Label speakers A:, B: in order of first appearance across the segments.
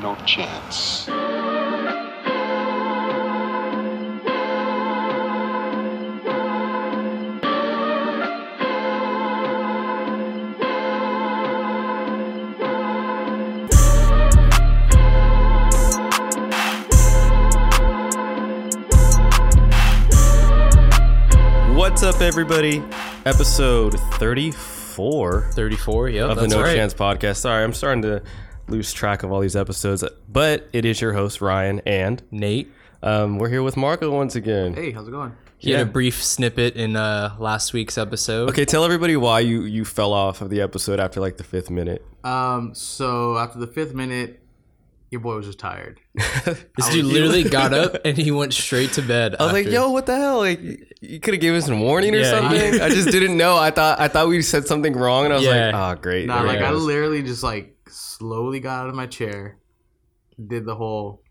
A: no chance.
B: What's up, everybody? Episode 34
C: 34, yep.
B: of the
C: that's
B: No
C: right.
B: Chance podcast. Sorry, I'm starting to lose track of all these episodes, but it is your host, Ryan, and
C: Nate.
B: um, we're here with Marco once again.
D: Hey, how's it going?
C: He had
B: Yeah.
C: a brief snippet in uh, last week's episode.
B: Okay, tell everybody why you, you fell off of the episode after like the fifth minute.
D: Um, so after the fifth minute, your boy was just tired.
C: This dude
D: was-
C: literally got up and he went straight to bed.
B: I was like, yo, what the hell? Like, you could have given us a warning or
C: Yeah,
B: something. I just didn't know. I thought I thought we said something wrong, and I was
C: Yeah.
B: like, oh, great.
D: Nah,
B: There it
D: like I
B: goes.
D: literally just like slowly got out of my chair, did the whole,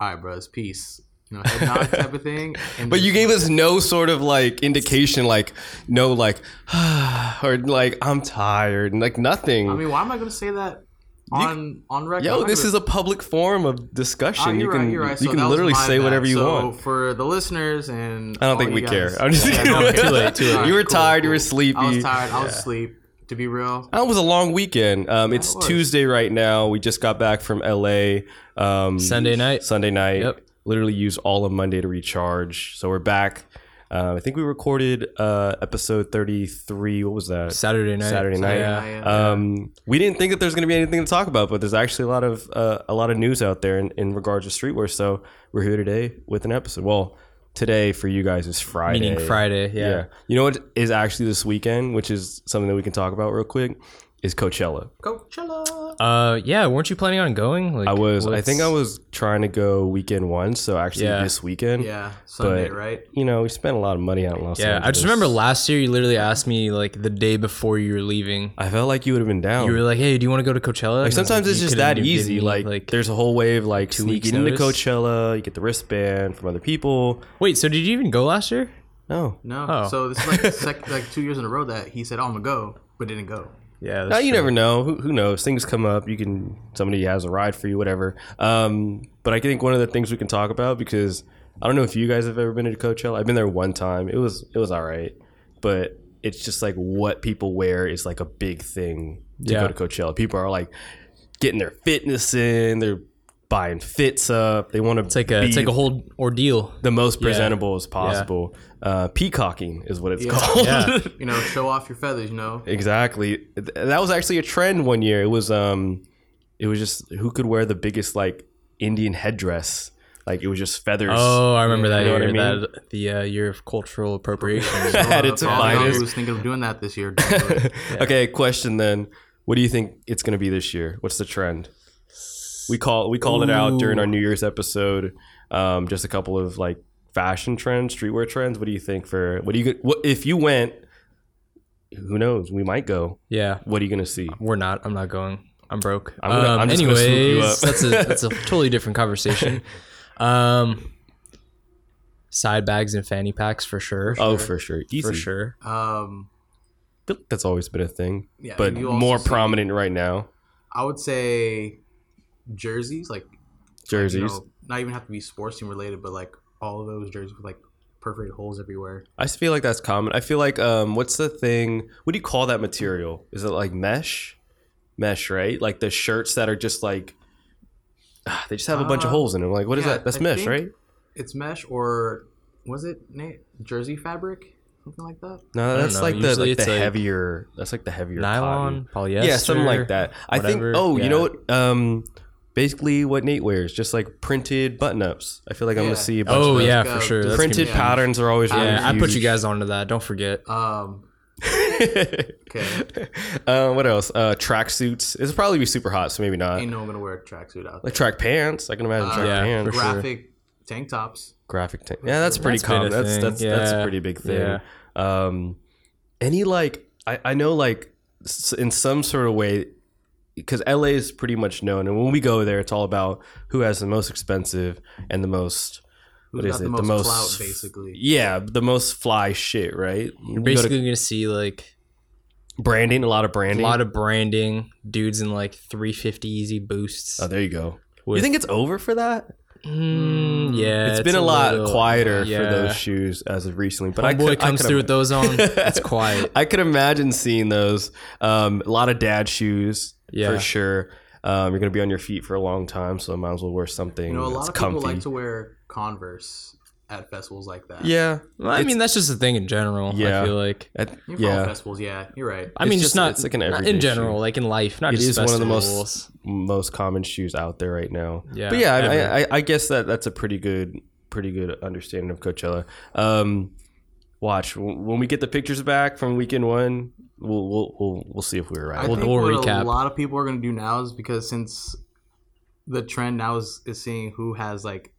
D: all right, bros, peace, you know, head nod type of thing. And
B: But
D: just-
B: you gave us no sort of like indication, like no, like or like I'm tired, and like nothing.
D: I mean, why am I gonna say that on on record?
B: Yo, this is a public forum of discussion.
D: Oh, you're
B: you
D: right,
B: can
D: you're right.
B: you
D: So that
B: can
D: was
B: literally
D: my
B: say
D: bad.
B: whatever you
D: So
B: want.
D: for the listeners and
B: I don't think
D: all
B: we
D: you
B: care.
D: guys-
B: I'm just
D: Yeah, no,
C: Too late, too late.
B: You were
D: Cool,
B: tired. You were
D: cool.
B: sleepy.
D: I was tired. I was asleep. To be real,
B: That was a long weekend. Um, it's
D: it was.
B: Tuesday right now. We just got back from LA. Um,
C: Sunday night.
B: Sunday night.
C: Yep.
B: Literally used all of Monday to recharge. So we're back. Uh, I think we recorded uh, episode 33. What was that?
C: Saturday night.
B: Saturday night.
C: Yeah.
D: night, yeah.
B: Um, we didn't think that there's going to be anything to talk about, but there's actually a lot of uh, a lot of news out there in, in regards to streetwear. So we're here today with an episode. Well, today for you guys is Friday.
C: Meaning Friday, yeah.
B: You know what is actually this weekend, which is something that we can talk about real quick, is Coachella.
D: Coachella.
C: Uh, yeah, weren't you planning on going? Like,
B: I was, I
C: what's-
B: think I was trying to go weekend one, so actually
C: Yeah.
B: this weekend.
D: Yeah, Sunday, right?
B: You know, we spent a lot of money out in Los
C: Yeah,
B: Angeles.
C: I just remember last year you literally asked me like the day before you were leaving.
B: I felt like you would have been down.
C: You were like, "Hey, do you want to go to Coachella?"
B: Oh. Like
C: And I was
B: sometimes
C: like,
B: it's
C: "You
B: just
C: couldn't
B: that
C: even give
B: easy.
C: me,
B: like, there's a whole way of like
C: two weeks
B: sneaking into
C: notice.
B: Coachella. You get the wristband from other people.
C: wait, so did you even go last year?
B: No,
D: No.
C: Oh.
D: So this is like sec- like two years in a row that he said I'm gonna go, but didn't go.
C: Yeah,
B: no, Ah, you never know. Who, who knows? Things come up. You can somebody has a ride for you, whatever. Um, but I think one of the things we can talk about because I don't know if you guys have ever been to Coachella. I've been there one time. It was it was all right, but it's just like what people wear is like a big thing to
C: Yeah.
B: go to Coachella. People are like getting their fitness in. They're buying fits up. They want to
C: It's like a, it's like a whole ordeal.
B: the most presentable as possible. Uh, peacocking is what it's called.
C: Yeah.
D: You know, show off your feathers. You know,
B: exactly. Th- That was actually a trend one year. It was um, it was just who could wear the biggest like Indian headdress. Like it was just feathers.
C: Oh, I remember that
B: know what
C: year.
B: I mean?
C: That the uh, year of cultural appropriation.
B: At its
D: Uh, all I know
B: finest.
D: who's thinking of doing that this year? don't do it.
B: Okay, question then. What do you think it's going to be this year? What's the trend? We call we called it out during our New Year's episode. Um, just a couple of like fashion trends, streetwear trends. What do you think for what do you what if you went? Who knows? We might go.
C: yeah,
B: What are you going to see?
C: we're not. I'm not going. I'm broke.
B: I'm
C: Um,
B: gonna- I'm just gonna swoop you
C: anyways,
B: up.
C: that's a that's a totally different conversation. Um, side bags and fanny packs for sure.
B: Oh, for sure. Easy.
C: for sure.
D: Um,
B: I feel like that's always been a thing,
D: Yeah,
B: but
D: you also
B: more
D: see-
B: prominent right now.
D: I would say jerseys, like you
B: Jerseys.
D: know, not even have to be sports team related, but like all of those jerseys with like perforated holes everywhere.
B: I just feel like that's common. I feel like um, what's the thing? What do you call that material? Is it like mesh? Mesh, right? Like the shirts that are just like ah, they just have a bunch of
D: Uh,
B: holes in them. Like what is
D: yeah,
B: that? That's
D: I
B: mesh,
D: think-
B: right?
D: It's mesh or was it Nate? jersey fabric, something like that.
B: No,
C: don't
B: that's
C: know.
B: like the
C: Usually
B: like the
C: it's like
B: heavier. That's like the heavier cotton.
C: Nylon, polyester.
B: yeah, something like that. I
C: whatever,
B: think. Oh, you
C: yeah.
B: know what? Um, basically, what Nate wears, just like printed button ups. I feel like I'm
D: Yeah.
B: gonna see a bunch
C: Oh
B: of
C: yeah,
D: Like,
C: for
D: uh,
C: sure. That's
B: printed
C: gonna
B: patterns are always
C: be-
B: really
C: Yeah, I put you
B: huge.
C: guys onto that. Don't forget.
D: Um, okay,
B: uh, what else? Uh, track suits. This will probably be super hot, so maybe not.
D: ain't no one gonna wear a tracksuit out.
B: Uh, Like track pants. I can
D: Uh,
B: imagine track
C: yeah,
B: pants.
C: for sure.
D: graphic tank tops.
B: Graphic tank. Yeah, that's pretty
C: That's been a
B: common. That's
C: thing.
B: that's that's a
C: Yeah.
B: pretty big thing.
C: Yeah.
B: Um, any like I I know like s- in some sort of way because LA is pretty much known, and when we go there, it's all about who has the most expensive and the most. What
D: Who's
B: is
D: got the
B: it?
D: most, clout,
B: f-
D: basically?
B: Yeah, the most fly shit, right?
C: You're
B: We go to
C: basically gonna see like
B: branding, a lot of
C: a
B: branding.
C: lot of branding, dudes in like 350 easy boosts.
B: oh, there you go. you
C: With-
B: think it's over for that?
C: Mm, yeah,
B: Hmm. it's been a lot
C: little- uh,
B: quieter for
C: yeah.
B: those shoes as of recently. But
C: My
B: I
C: boy
B: could, I
C: comes
B: could
C: through
B: imagine-
C: with those on. it's quiet.
B: I could imagine seeing those. Um, a lot of dad shoes
C: Yeah.
B: for sure. Um, you're gonna be on your feet for a long time, so might as well wear something
D: You know, a lot
B: that's
D: of
B: comfy.
D: people like to wear Converse at festivals like that.
B: yeah,
C: I
B: It's-
C: mean, that's just the thing in general.
B: Yeah.
C: I feel like.
B: I-
D: You know, for all
B: yeah.
D: festivals. Yeah, you're right.
C: I
B: It's
C: mean,
B: just-
C: just, not,
B: it's like an
C: not
B: everyday
C: in general,
B: shoe.
C: like in life, not
B: It
C: just
B: is one of the most-
C: festivals.
B: Most common shoes out there right now.
C: Yeah,
B: but yeah,
C: ever.
B: I, I, I guess that that's a pretty good, pretty good understanding of Coachella. Um, watch w- when we get the pictures back from weekend one, we'll we'll we'll, we'll see if we were
D: I
B: right.
C: We'll-
D: think
C: we'll
D: what a
C: recap.
D: lot of people are going to do now is because since the trend now is, is seeing who has like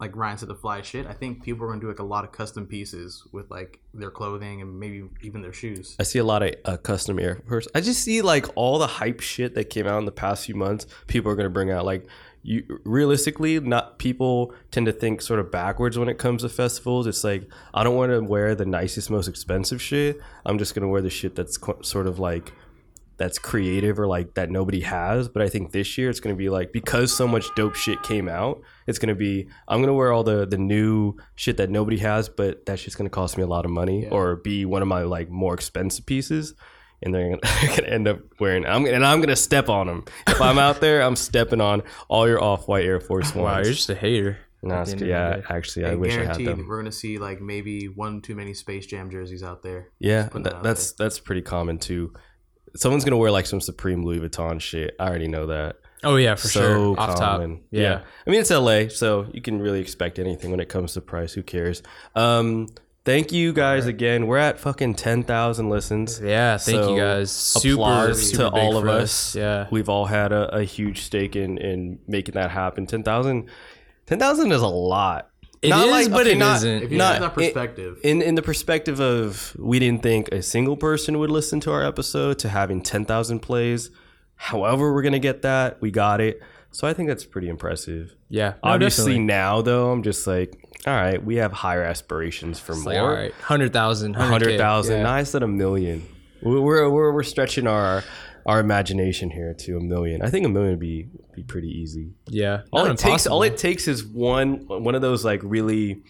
D: like Ryan said the fly shit. I think people are going to do like a lot of custom pieces with like their clothing and maybe even their shoes.
B: I see a lot of uh, custom Air Force. I just see like all the hype shit that came out in the past few months. People are gonna bring out like you. Realistically, not people tend to think sort of backwards when it comes to festivals. It's like I don't want to wear the nicest, most expensive shit. I'm just gonna wear the shit that's qu- sort of like that's creative or like that nobody has. But I think this year it's gonna be like because so much dope shit came out, it's gonna be I'm gonna wear all the the new shit that nobody has, but that shit's gonna cost me a lot of money
D: Yeah.
B: or be one of my like more expensive pieces. And they're gonna, gonna end up wearing. I'm and I'm gonna step on them. If I'm out there, I'm stepping on all your off-white Air Force
C: wow, you're
B: ones.
C: just a hater.
B: Nah,
C: At the end of the
B: yeah,
C: day.
B: actually,
D: I
B: I wish I had
D: guarantee
B: them.
D: we're going to see like maybe one too many Space Jam jerseys out there.
B: Yeah,
D: putting it
B: that,
D: out
B: that's that's pretty common too. Someone's gonna wear like some Supreme Louis Vuitton shit. I already know that.
C: Oh yeah, for
B: so
C: sure. Off top.
B: common.
C: Yeah.
B: I mean it's LA, so you can really expect anything when it comes to price. Who cares? Um, thank you guys again. We're at fucking ten thousand listens.
C: Yeah, thank
B: So,
C: you guys. Super,
B: applause
C: super
B: to
C: big
B: all of
C: for
B: us.
C: Yeah.
B: We've all had a, a huge stake in in making that happen. Ten thousand. Ten thousand is a lot.
C: It
B: Not
C: is,
B: like-
C: but
B: okay,
C: it
B: not-
C: not
D: If you
B: Not-
D: have that
B: it-
D: perspective,
B: in in the perspective of we didn't think a single person would listen to our episode to having 10,000 plays however we're going to get that we got it so i think that's pretty impressive
C: Yeah. no,
B: obviously
C: definitely.
B: now though i'm just like all right we have higher aspirations for
C: It's
B: more
C: like, all right, hundred thousand, hundred thousand.
B: 100,000 nice at a million we're, we're we're we're stretching our our imagination here to a million i think a million would be be pretty easy
C: Yeah.
B: all
C: Not
B: it takes all
C: impossible.
B: it takes is one one of those like really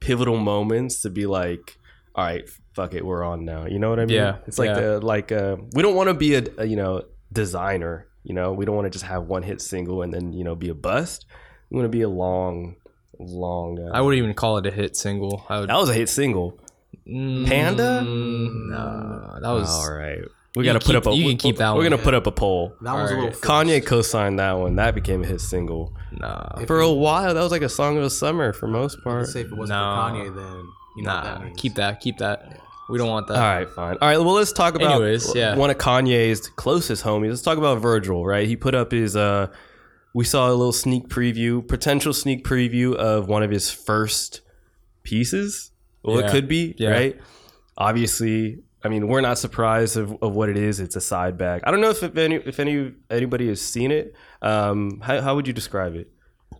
B: pivotal moments to be like all right fuck it we're on now you know what i mean
C: Yeah,
B: it's like
C: yeah.
B: the like uh we don't want to be a, a, you know designer you know we don't want to just have one hit single and then you know be a bust we want to be a long long uh,
C: I wouldn't even call it a hit single. I would
B: that was a hit single
C: Mm,
B: Panda?
C: Nah, that was
B: all right we
C: You
B: gotta put
C: can keep-
B: up a
C: you
B: we-
C: can keep that
B: we're
C: one.
B: gonna put up a poll
D: that one's a
C: Alright.
D: little
B: kanye
D: forced.
B: co-signed that one that became a hit single
C: nah.
B: for a while that was like a song of the summer for most part
D: Let's say if it wasn't
C: No.
D: for Kanye, then you know
C: Nah.
D: what that means.
C: keep that. Keep that. We don't want that.
B: All right, fine. All right, well, let's talk about
C: Anyways, yeah.
B: one of Kanye's closest homies. Let's talk about Virgil, right? He put up his. Uh, we saw a little sneak preview, potential sneak preview of one of his first pieces. Well, it
C: Yeah.
B: could be,
C: Yeah.
B: right? Obviously, I mean, we're not surprised of, of what it is. It's a side bag. I don't know if, if any if any anybody has seen it. Um, how, how would you describe it?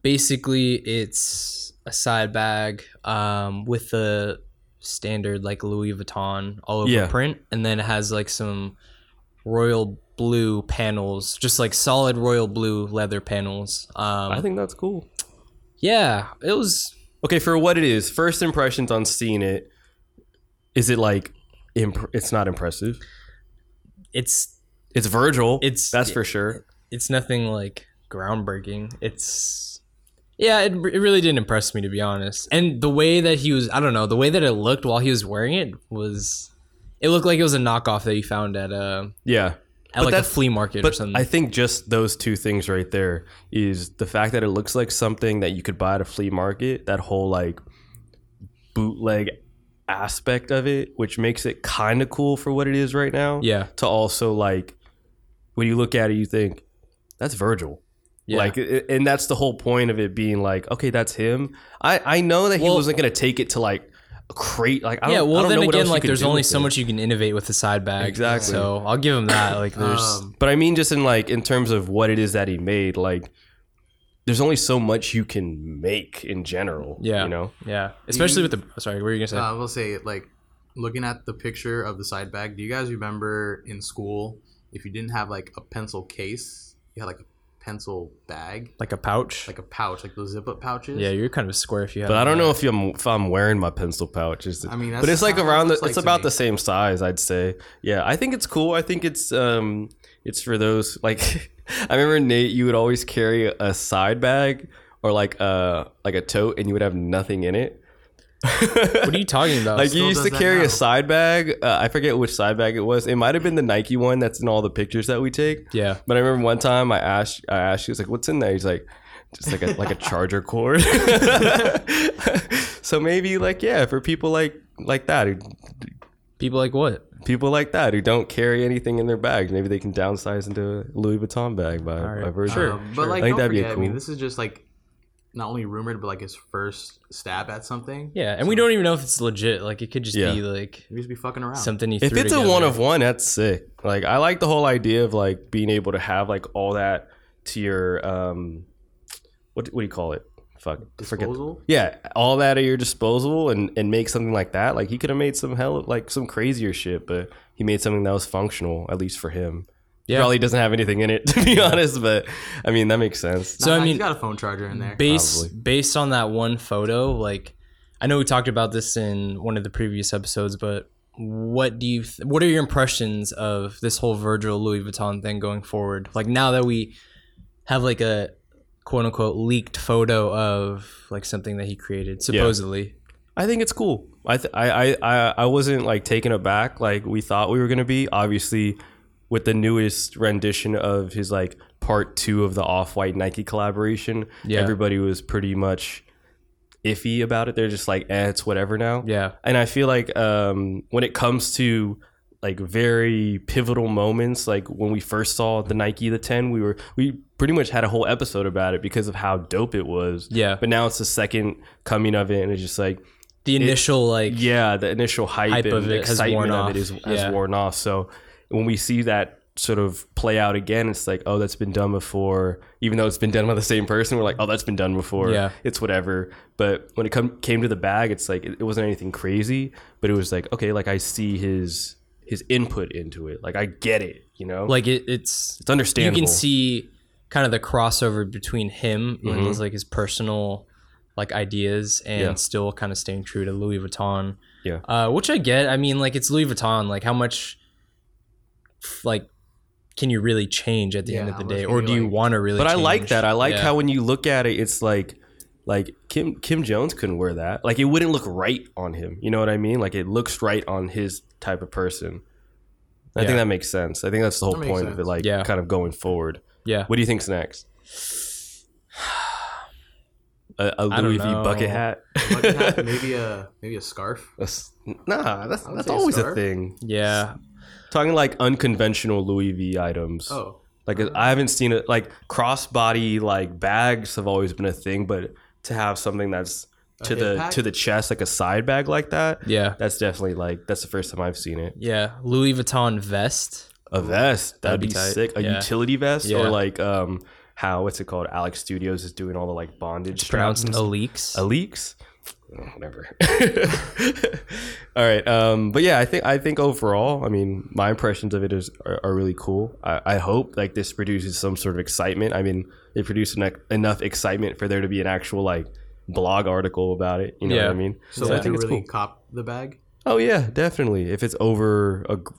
C: basically it's a side bag um, with the standard like Louis Vuitton all over
B: Yeah.
C: print, and then it has like some royal blue panels, just like solid royal blue leather panels. Um,
B: I think that's cool.
C: yeah, it was.
B: Okay, for what it is, first impressions on seeing it. Is it like? Imp- it's not impressive.
C: It's
B: It's Virgil.
C: It's-
B: that's for sure.
C: it's nothing like groundbreaking. It's yeah, it, it really didn't impress me to be honest. And the way that he was, I don't know, the way that it looked while he was wearing it was, it looked like it was a knockoff that you found at a
B: Yeah,
C: at
B: But
C: like a
B: that's-
C: flea market or
B: but
C: something.
B: I think just those two things right there is the fact that it looks like something that you could buy at a flea market. That whole like bootleg aspect of it, which makes it kind of cool for what it is right now.
C: yeah,
B: To also like, when you look at it, you think that's Virgil.
C: yeah.
B: Like, i- and that's the whole point of it being like, okay, that's him. I I know that he
C: Well-
B: wasn't gonna take it to like create like. I don't,
C: yeah.
B: I
C: Well,
B: don't
C: then
B: know what else
C: again,
B: you
C: like
B: could
C: there's
B: do
C: only
B: with
C: so
B: it.
C: much you can innovate with the side bag.
B: Exactly.
C: So I'll give him that. Like there's
D: Um,
B: But I mean, just in like in terms of what it is that he made, like there's only so much you can make in general.
C: Yeah.
B: you um, know.
C: yeah, especially with the sorry, what were you gonna say?
D: Uh, I will say, like, looking at the picture of the side bag, do you guys remember in school if you didn't have like a pencil case, you had like a pencil bag,
C: like a pouch.
D: like a pouch, like those zip up pouches.
C: yeah, you're kind of square if you have.
B: But I don't know if I'm if I'm wearing my pencil pouch. Is
D: I mean, that's
B: but it's like
D: not what it
B: around. The,
D: looks like
B: it's
D: to
B: about
D: me.
B: the same size, I'd say. Yeah, I think it's cool. I think it's um, it's for those like. I remember Nate, you would always carry a side bag or like uh like a tote, and you would have nothing in it.
C: What are you talking about?
B: Like you
D: Uh, still
B: used to
D: does that
B: carry
D: now.
B: a side bag. Uh, I forget which side bag it was. It might have been the Nike one that's in all the pictures that we take.
C: yeah.
B: But I remember one time I asked, I asked you, I was like, "What's in there?" He's like, "Just like a like a charger cord." so maybe like yeah, for people like like that, who,
C: People like what?
B: people like that who don't carry anything in their bags, maybe they can downsize into a Louis Vuitton bag by,
C: All right.
B: by version.
C: Sure.
D: Um, but like,
B: I think
D: don't
B: that'd be
D: forget, I mean,
B: cool.
D: this is just like not only rumored, but like his first stab at something.
C: Yeah, and we don't even know if it's legit. Like it could just
B: Yeah.
C: be like
D: He just be fucking around.
C: something he.
B: If
C: threw
B: it's
C: together.
B: a one of one, that's sick. Like I like the whole idea of like being able to have like all that to your um, what what do you call it? Fuck, forget
D: Disposal.
B: Yeah, all that at your disposal and and make something like that. Like he could have made some hell like some crazier shit, but he made something that was functional at least for him.
C: Yeah.
B: Probably doesn't have anything in it to be honest, but I mean that makes sense.
C: So, I
D: Nah, he's
C: mean-
D: got a phone charger in there.
C: based
B: Probably.
C: based on that one photo like i know we talked about this in one of the previous episodes but what do you th- what are your impressions of this whole virgil louis vuitton thing going forward like now that we have like a quote unquote leaked photo of like something that he created supposedly
B: I think it's cool. I th- I, I I I wasn't like taken aback like we thought we were gonna be. Obviously, with the newest rendition of his like part two of the off white Nike collaboration,
C: Yeah.
B: everybody was pretty much iffy about it. They're just like, eh, it's whatever now.
C: yeah
B: and I feel like um, when it comes to like very pivotal moments, like when we first saw the Nike the Ten, we were we pretty much had a whole episode about it because of how dope it was.
C: yeah
B: But now it's the second coming of it, and it's just like
C: the initial like
B: yeah, the initial hype,
C: Hype
B: and
C: of it has worn
B: excitement of
C: off.
B: it is, has
C: Yeah.
B: worn off. So when we see that sort of play out again, it's like, oh, that's been done before. Even though it's been done by the same person, we're like, oh, that's been done before.
C: Yeah.
B: It's whatever. But when it come, came to the bag, it's like, it, it wasn't anything crazy, but it was like, okay, like I see his his input into it. Like I get it, you know?
C: like it, it's
B: it's understandable.
C: You can see kind of the crossover between him and those like his personal like ideas and
B: Mm-hmm. Yeah.
C: still kind of staying true to Louis Vuitton.
B: Yeah.
C: Uh, which I get. I mean, like it's Louis Vuitton. Like how much f- like can you really change at the end
D: Yeah,
C: of the
D: how much
C: day?
D: can
C: Or
D: you,
C: do you
D: like-
C: want to really
B: But I
C: change?
B: like that. I like
C: Yeah.
B: how when you look at it, it's like like Kim Kim Jones couldn't wear that. Like it wouldn't look right on him. You know what I mean? Like it looks right on his type of person. I
C: Yeah.
B: think that makes sense. I think that's the whole
D: That makes
B: point of it,
D: sense.
B: like
C: Yeah.
B: kind of going forward.
C: Yeah.
B: What do you think's next? A, a
C: don't
B: Louis V bucket
C: know.
B: hat?
D: Bucket hat, maybe a maybe a scarf.
B: That's- nah, that's
D: I would
B: that's
D: say a
B: always a
D: scarf.
B: thing.
C: Yeah.
B: Talking like unconventional Louis V items.
D: Oh,
B: Like
C: Uh-huh.
B: I haven't seen it. Like crossbody like bags have always been a thing, but to have something that's
D: A
B: to
D: hip
B: the
D: pack?
B: to the chest like a side bag like that,
C: Yeah.
B: that's definitely like that's the first time I've seen it.
C: Yeah. Louis Vuitton vest.
B: A vest that'd,
C: be
B: be,
C: tight.
B: sick. A
C: Yeah.
B: utility vest
C: Yeah.
B: or like um how what's it called? Alex Studios is doing all the like bondage
C: It's
B: straps
C: pronounced
B: and
C: Aleeks.
B: a leaks Oh, whatever all right um but yeah i think i think overall i mean my impressions of it is are, are really cool I, I hope like this produces some sort of excitement i mean it produced enough, enough excitement for there to be an actual like blog article about it you know what
C: Yeah.
B: i mean
D: so
B: So I
D: would you
B: think it's
D: really
B: cool.
D: cop the bag?
B: oh yeah definitely if it's over a gr-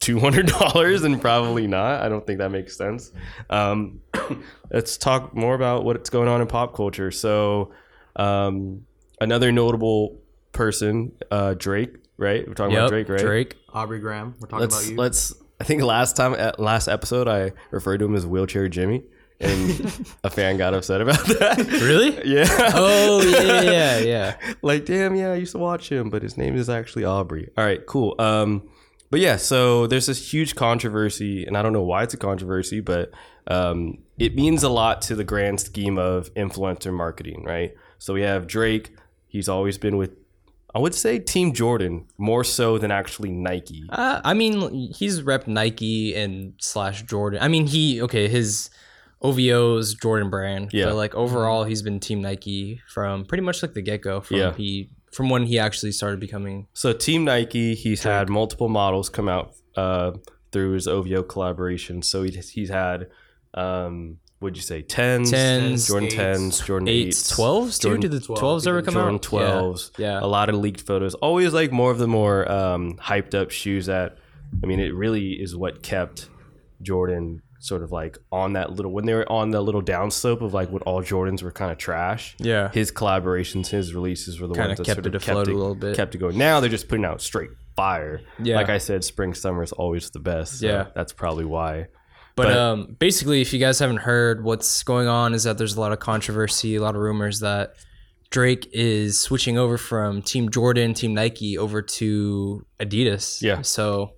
B: $200 then probably not i don't think that makes sense um let's talk more about what's going on in pop culture. So, um, another notable person, uh, Drake, right? We're talking
C: Yep.
B: about Drake, right?
C: Drake.
D: Aubrey Graham. We're talking
B: Let's
D: about you.
B: let's. I think last time, at last episode, I referred to him as wheelchair Jimmy, and a fan got upset about that.
C: Really?
B: yeah.
C: Oh yeah, yeah, yeah.
B: like damn yeah i used to watch him but his name is actually aubrey all right cool um but yeah so there's this huge controversy and i don't know why it's a controversy but um it means a lot to the grand scheme of influencer marketing right so we have drake he's always been with i would say team jordan more so than actually nike
C: Uh, I mean, he's rep Nike and slash Jordan. I mean, he okay, his OVO's Jordan brand.
B: Yeah.
C: But like overall, he's been Team Nike from pretty much like the get go. From
B: Yeah.
C: he from when he actually started becoming.
B: So Team Nike, he's had multiple models come out uh, through his OVO collaboration. So he, he's had Um, would you say tens?
C: Tens,
B: Jordan
D: eights,
B: tens, Jordan
C: Eights,
B: eights,
C: twelves. Dude,
B: Jordan-
C: did the
D: Twelve.
C: twelves ever
D: Even
C: come
B: Jordan
C: out?
B: twelves.
C: Yeah.
B: a lot of leaked photos. Always like more of the more um, hyped up shoes that, I mean, it really is what kept Jordan sort of like on that little, when they were on the little downslope of like when all Jordans were kind of trash.
C: Yeah.
B: His collaborations, his releases were the
C: Kinda
B: ones that
C: kept
B: sort of
C: it afloat
B: kept it,
C: a little bit.
B: kept it going. Now they're just putting out straight fire.
C: Yeah.
B: Like I said, spring, summer is always the best. so
C: Yeah.
B: That's probably why.
C: But,
B: But-
C: um, basically, if you guys haven't heard, what's going on is that there's a lot of controversy, a lot of rumors that Drake is switching over from Team Jordan, Team Nike, over to Adidas.
B: Yeah.
C: So,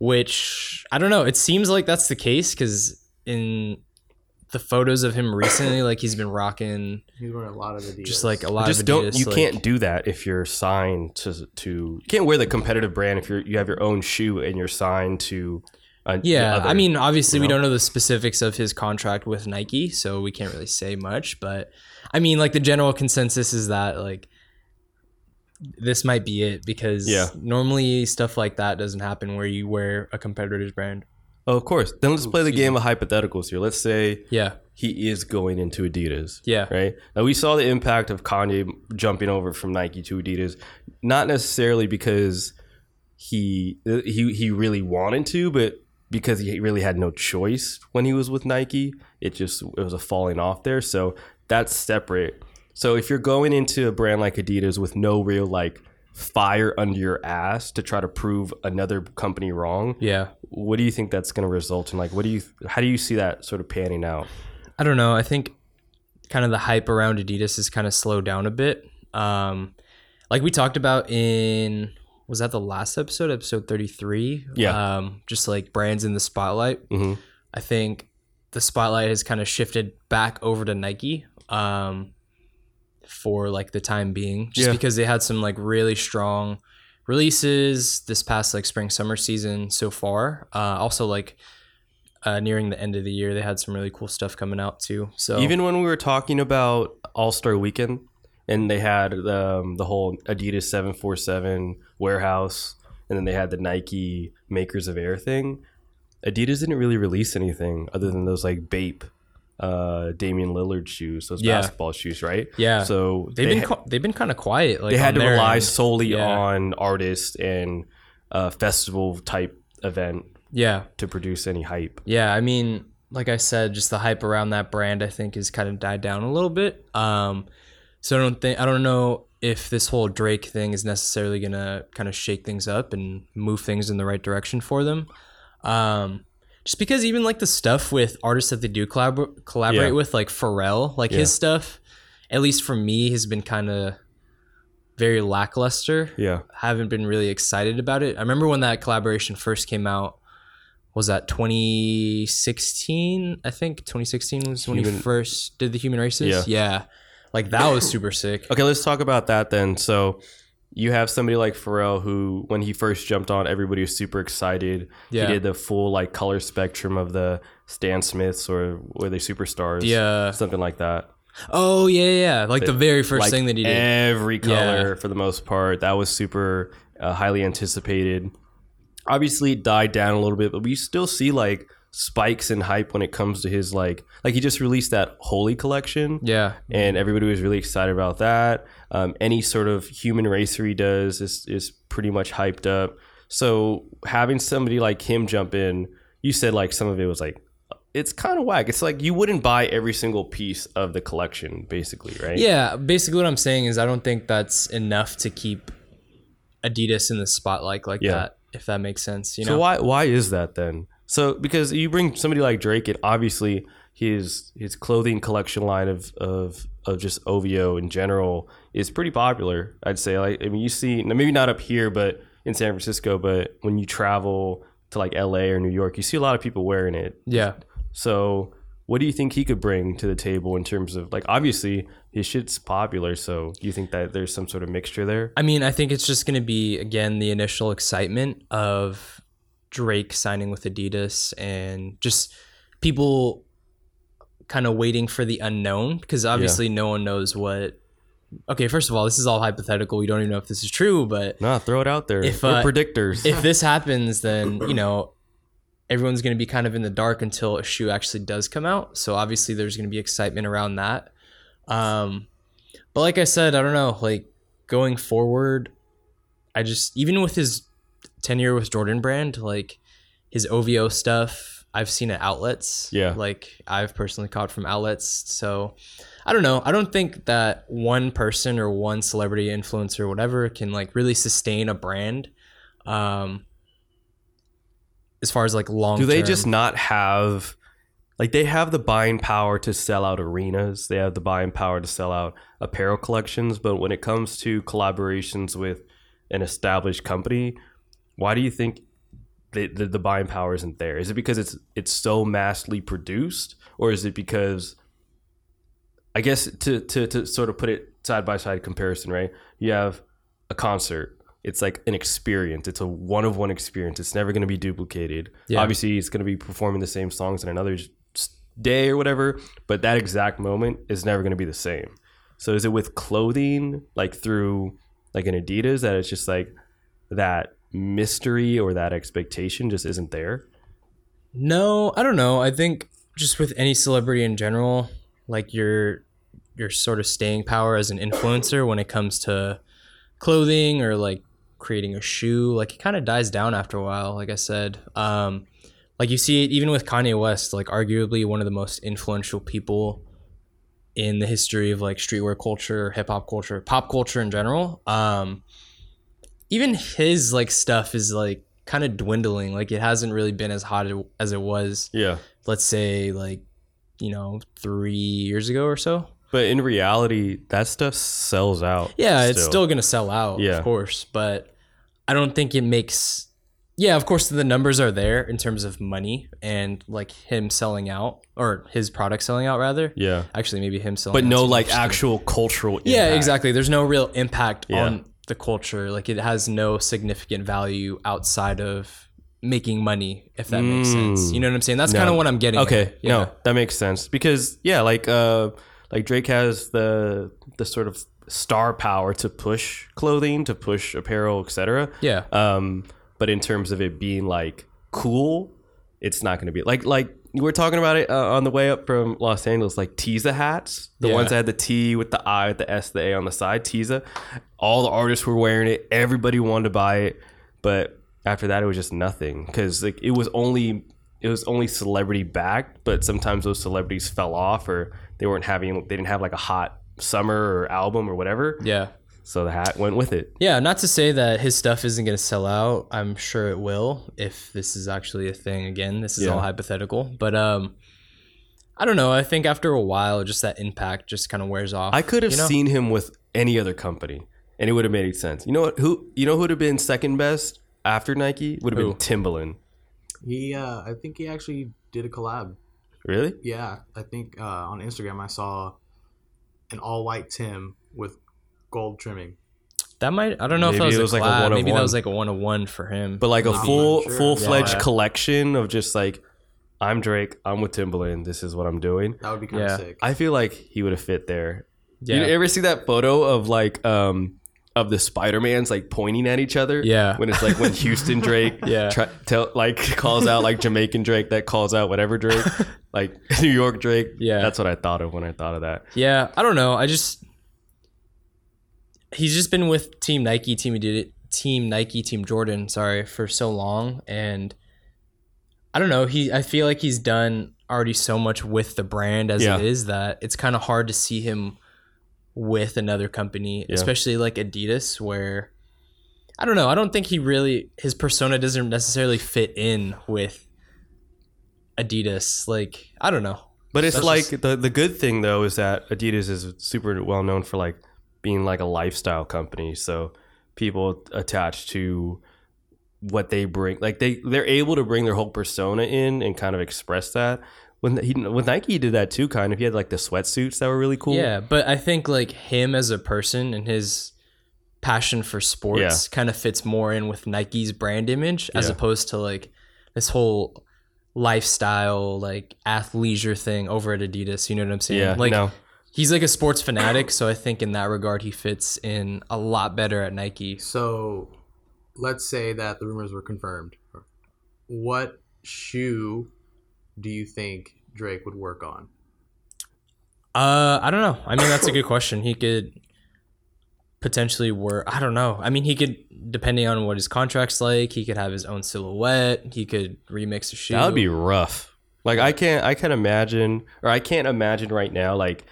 C: which I don't know. It seems like that's the case because in the photos of him recently, like he's been rocking
D: He's wearing a lot of Adidas.
C: just like a lot
B: Just
C: of
B: don't,
C: Adidas.
B: you
C: like-
B: can't do that if you're signed to, to, you can't wear the competitive brand if you're, you have your own shoe and you're signed to, uh, the
C: Yeah,
B: other-
C: I mean, obviously,
B: you
C: we
B: know?
C: don't know the specifics of his contract with Nike, so we can't really say much. But I mean, like the general consensus is that like this might be it because
B: Yeah.
C: normally stuff like that doesn't happen where you wear a competitor's brand.
B: Oh, of course. Then let's play the game of hypotheticals here. Let's say
C: Yeah,
B: he is going into Adidas,
C: yeah,
B: right? Now we saw the impact of Kanye jumping over from Nike to Adidas, not necessarily because he he he really wanted to, but because he really had no choice when he was with Nike. It just it was a falling off there. So that's separate. So if you're going into a brand like Adidas with no real like fire under your ass to try to prove another company wrong,
C: yeah.
B: what do you think that's going to result in? Like, what do you, how do you see that sort of panning out?
C: I don't know. I think kind of the hype around Adidas has kind of slowed down a bit. Um, like we talked about in was that the last episode, episode thirty three?
B: Yeah.
C: Um, just like brands in the spotlight.
B: Mhm.
C: I think the spotlight has kind of shifted back over to Nike. Um, for like the time being, just
B: Yeah.
C: because they had some like really strong releases this past like spring summer season so far. Uh, also like uh, nearing the end of the year, they had some really cool stuff coming out too. So
B: Even when we were talking about All Star Weekend and they had um, the whole Adidas 747 warehouse and then they had the Nike Makers of Air thing, Adidas didn't really release anything other than those like Bape, uh, Damian Lillard shoes, those
C: Yeah.
B: basketball shoes, right?
C: yeah,
B: So
C: they've
B: they
C: been
B: ha-
C: qui- they've been kind of quiet. Like
B: they had
C: on
B: to
C: their
B: rely
C: end.
B: solely
C: Yeah.
B: on artists and uh, festival type event
C: Yeah,
B: to produce any hype.
C: yeah. I mean, like I said, just the hype around that brand, I think, has kind of died down a little bit. Um, so I don't think I don't know if this whole Drake thing is necessarily gonna kind of shake things up and move things in the right direction for them. Um, just because even like the stuff with artists that they do collab- collaborate
B: Yeah.
C: with, like Pharrell, like
B: Yeah.
C: his stuff, at least for me, has been kind of very lackluster.
B: Yeah.
C: haven't been really excited about it. I remember when that collaboration first came out. Was that 2016? I think 2016 was when he
B: Human-
C: first did the Human Races. Yeah. Like that was super sick.
B: Okay, let's talk about that then. So you have somebody like Pharrell who when he first jumped on, everybody was super excited.
C: Yeah.
B: He did the full like color spectrum of the Stan Smiths or were they superstars?
C: The uh,
B: Something like that.
C: oh yeah yeah yeah. like the very first
B: Like,
C: thing that he did.
B: Every color for the most part. That was super uh, highly anticipated. Obviously, it died down a little bit, but we still see like spikes in hype when it comes to his like like he just released that Holy collection.
C: yeah
B: and everybody was really excited about that. Um, any sort of human racer he does is is pretty much hyped up. So having somebody like him jump in, you said like some of it was like it's kind of whack. It's like you wouldn't buy every single piece of the collection, basically, right?
C: yeah. Basically, what I'm saying is I don't think that's enough to keep Adidas in the spotlight like
B: Yeah.
C: that. If that makes sense, you
B: So
C: know.
B: why why is that then? So because you bring somebody like Drake, it obviously his his clothing collection line of of of just OVO in general is pretty popular. I'd say like I mean you see now maybe not up here, but in San Francisco, but when you travel to like LA or New York, you see a lot of people wearing it.
C: yeah.
B: So what do you think he could bring to the table in terms of like obviously his shit's popular, so do you think that there's some sort of mixture there?
C: I mean, I think it's just going to be again the initial excitement of Drake signing with Adidas and just people kind of waiting for the unknown because obviously no one knows what. Okay, first of all, this is all hypothetical. We don't even know if this is true, but
B: Nah, throw it out there.
C: If,
B: We're
C: uh,
B: predictors.
C: if this happens, then you know everyone's going to be kind of in the dark until a shoe actually does come out. So obviously there's going to be excitement around that. Um, but like I said, I don't know. Like going forward, I just even with his tenure with Jordan Brand, like his OVO stuff, I've seen at outlets.
B: Yeah.
C: Like I've personally caught from outlets. So I don't know. I don't think that one person or one celebrity influencer or whatever can like really sustain a brand. Um as far as like long
B: Do they just not have like they have the buying power to sell out arenas, they have the buying power to sell out apparel collections, but when it comes to collaborations with an established company, why do you think the, the, the buying power isn't there? Is it because it's it's so massively produced, or is it because I guess to, to, to sort of put it side by side comparison, right? You have a concert. It's like an experience. It's a one of one experience. It's never going to be duplicated.
C: Yeah.
B: Obviously, it's going to be performing the same songs on another s- day or whatever, but that exact moment is never going to be the same. So is it with clothing, like through like an Adidas, that it's just like that mystery or that expectation just isn't there?
C: No, I don't know. I think just with any celebrity in general, like your your sort of staying power as an influencer when it comes to clothing or like creating a shoe, like it kind of dies down after a while, like I said. Um like you see it even with Kanye West, like arguably one of the most influential people in the history of like streetwear culture, hip hop culture, pop culture in general. Um even his like stuff is like kind of dwindling. Like it hasn't really been as hot as it was,
B: Yeah.
C: let's say like, you know, 3 years ago or so.
B: But in reality, that stuff sells out.
C: Yeah, it's still gonna sell out,
B: Yeah.
C: of course, but I don't think it makes. Yeah, of course the numbers are there in terms of money and like him selling out or his product selling out rather.
B: Yeah.
C: Actually, maybe him selling,
B: But
C: out's
B: no
C: more
B: like
C: interesting.
B: actual cultural
C: Yeah,
B: impact.
C: exactly. There's no real impact
B: Yeah.
C: on the culture. Like it has no significant value outside of making money, if that makes sense.
B: Mm.
C: You know what I'm saying? That's
B: No.
C: kind of what I'm getting. at.
B: Okay.
C: Yeah.
B: No, that makes sense. Because yeah, like uh like Drake has the the sort of star power to push clothing, to push apparel, etc.
C: Yeah.
B: Um, but in terms of it being like cool, it's not going to be like like we we're talking about it uh, on the way up from Los Angeles. Like Teza hats, the
C: Yeah.
B: ones that had the T with the I, with the S, the A on the side. Teza, all the artists were wearing it. Everybody wanted to buy it, but after that, it was just nothing because like it was only it was only celebrity backed. But sometimes those celebrities fell off or they weren't having they didn't have like a hot summer or album or whatever.
C: Yeah.
B: So the hat went with it.
C: Yeah, not to say that his stuff isn't going to sell out. I'm sure it will if this is actually a thing again. This is
B: Yeah.
C: all hypothetical, but um I don't know. I think after a while just that impact just kind of wears off.
B: I could have
C: you know?
B: seen him with any other company, and it would have made sense. You know what? Who you know who would have been second best after Nike would have been
C: Who?
B: Timbaland.
D: He, uh, I think he actually did a collab.
B: Really?
D: Yeah, I think uh, on Instagram I saw an all-white Tim with gold trimming.
C: that might I don't know if that
B: Maybe
C: was,
B: it was
C: a
B: like a
C: collab.
B: one of
C: maybe
B: one.
C: that was like a one of one for him.
B: But like a
D: Nah,
B: full
D: sure.
B: full fledged
C: Yeah.
B: collection of just like I'm Drake, I'm with Timbaland, this is what I'm doing.
D: That would be kind of
C: Yeah.
D: sick.
B: I feel like he would have fit there.
C: yeah.
B: You ever see that photo of like um of the Spider Mans like pointing at each other?
C: Yeah.
B: When it's like when Houston Drake
C: Yeah.
B: try, tell like calls out like Jamaican Drake that calls out whatever Drake like New York Drake.
C: Yeah.
B: That's what I thought of when I thought of that.
C: Yeah, I don't know. I just he's just been with Team Nike, Team Adidas, Team Nike, Team Jordan. Sorry for so long, and I don't know. He, I feel like he's done already so much with the brand as
B: Yeah.
C: it is that it's kind of hard to see him with another company,
B: Yeah.
C: especially like Adidas, where I don't know. I don't think he really his persona doesn't necessarily fit in with Adidas. Like I don't know.
B: But it's
C: That's
B: like
C: just-
B: the the good thing though is that Adidas is super well known for like being like a lifestyle company. So people attached to what they bring, like they they're able to bring their whole persona in and kind of express that. When he with Nike he did that too, kind of. He had like the sweatsuits that were really cool.
C: Yeah, but I think like him as a person and his passion for sports
B: Yeah.
C: kind of fits more in with Nike's brand image as
B: Yeah.
C: opposed to like this whole lifestyle like athleisure thing over at Adidas, you know what I'm saying?
B: yeah.
C: like
B: no,
C: he's like a sports fanatic, so I think in that regard he fits in a lot better at Nike.
D: So, let's say that the rumors were confirmed. What shoe do you think Drake would work on?
C: Uh, I don't know. I mean, that's a good question. He could potentially work. I don't know. I mean, he could, depending on what his contract's like, he could have his own silhouette. He could remix a shoe.
B: That would be rough. Like I can't I can't imagine or I can't imagine right now like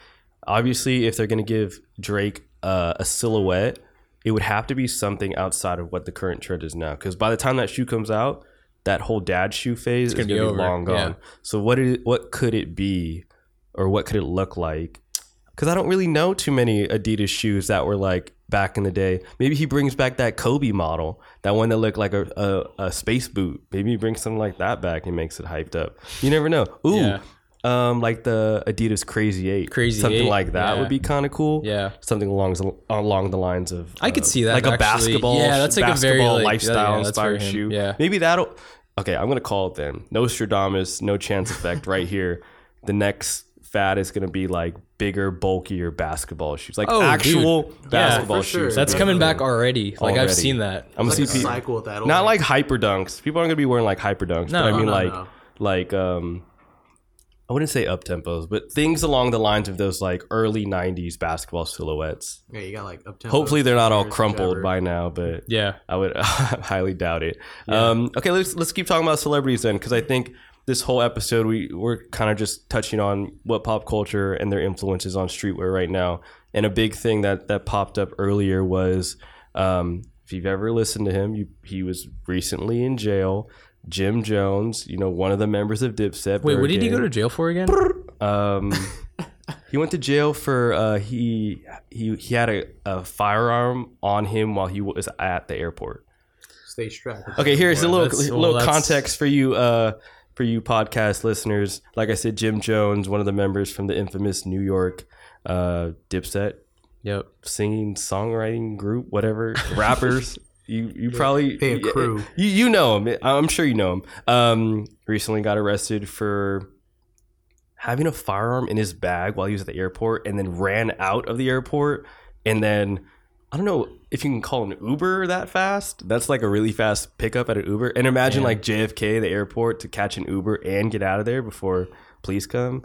B: obviously if they're going to give Drake uh, a silhouette it would have to be something outside of what the current trend is now cuz by the time that shoe comes out that whole dad shoe phase
C: gonna
B: is
C: be
B: going to be
C: over,
B: long
C: yeah.
B: gone. So what is what could it be or what could it look like? Cuz I don't really know too many Adidas shoes that were like back in the day. Maybe he brings back that Kobe model, that one that looked like a a, a space boot. Maybe he brings something like that back and makes it hyped up. You never know. Ooh.
C: Yeah.
B: Um, like the Adidas Crazy Eight,
C: Crazy
B: something
C: 8,
B: like that
C: yeah.
B: would be kind of cool.
C: Yeah.
B: something along along the lines of uh,
C: I could see that,
B: like a
C: actually.
B: basketball,
C: Yeah, that's like a very,
B: basketball
C: like, yeah,
B: lifestyle
C: yeah, that's very
B: inspired
C: him.
B: shoe.
C: Yeah.
B: maybe that'll. Okay, I'm gonna call it then. Nostradamus, no chance effect right here. The next fad is gonna be like bigger, bulkier basketball shoes, like
C: Oh, dude.
B: actual basketball
D: for sure.
B: shoes.
C: That's
D: Yeah.
C: coming back already. Like I've
B: Already.
C: seen that.
B: I'm gonna
D: It's like
B: see
D: a
B: people,
D: cycle with that.
B: not like hyper dunks. People aren't gonna be wearing like hyper dunks.
C: No,
B: but I mean
D: no,
B: like
D: no.
B: like um. I wouldn't say up tempos, but things along the lines of those like early '90s basketball silhouettes.
D: yeah, you got like up
B: Hopefully, they're not all crumpled by now, but
C: Yeah.
B: I would highly doubt it. Um, okay, let's let's keep talking about celebrities then, because I think this whole episode we we're kind of just touching on what pop culture and their influences on streetwear right now. And a big thing that that popped up earlier was um, if you've ever listened to him, you, he was recently in jail. Jim Jones, you know, one of the members of Dipset.
C: Wait, what did he
B: Burger
C: go to jail for again?
B: um, he went to jail for uh, he he he had a, a firearm on him while he was at the airport.
D: Stay strapped.
B: Okay, here's a
C: Wow,
B: little
C: that's- well,
B: little
C: that's-
B: context for you uh, for you podcast listeners. Like I said, Jim Jones, one of the members from the infamous New York uh, Dipset
C: Yep.
B: singing songwriting group, whatever rappers. You you probably
D: They a crew.
B: You you know him. I'm sure you know him. Um, recently got arrested for having a firearm in his bag while he was at the airport, and then ran out of the airport, and then I don't know if you can call an Uber that fast. That's like a really fast pickup at an Uber. And imagine
C: Yeah.
B: like JFK, the airport, to catch an Uber and get out of there before police come.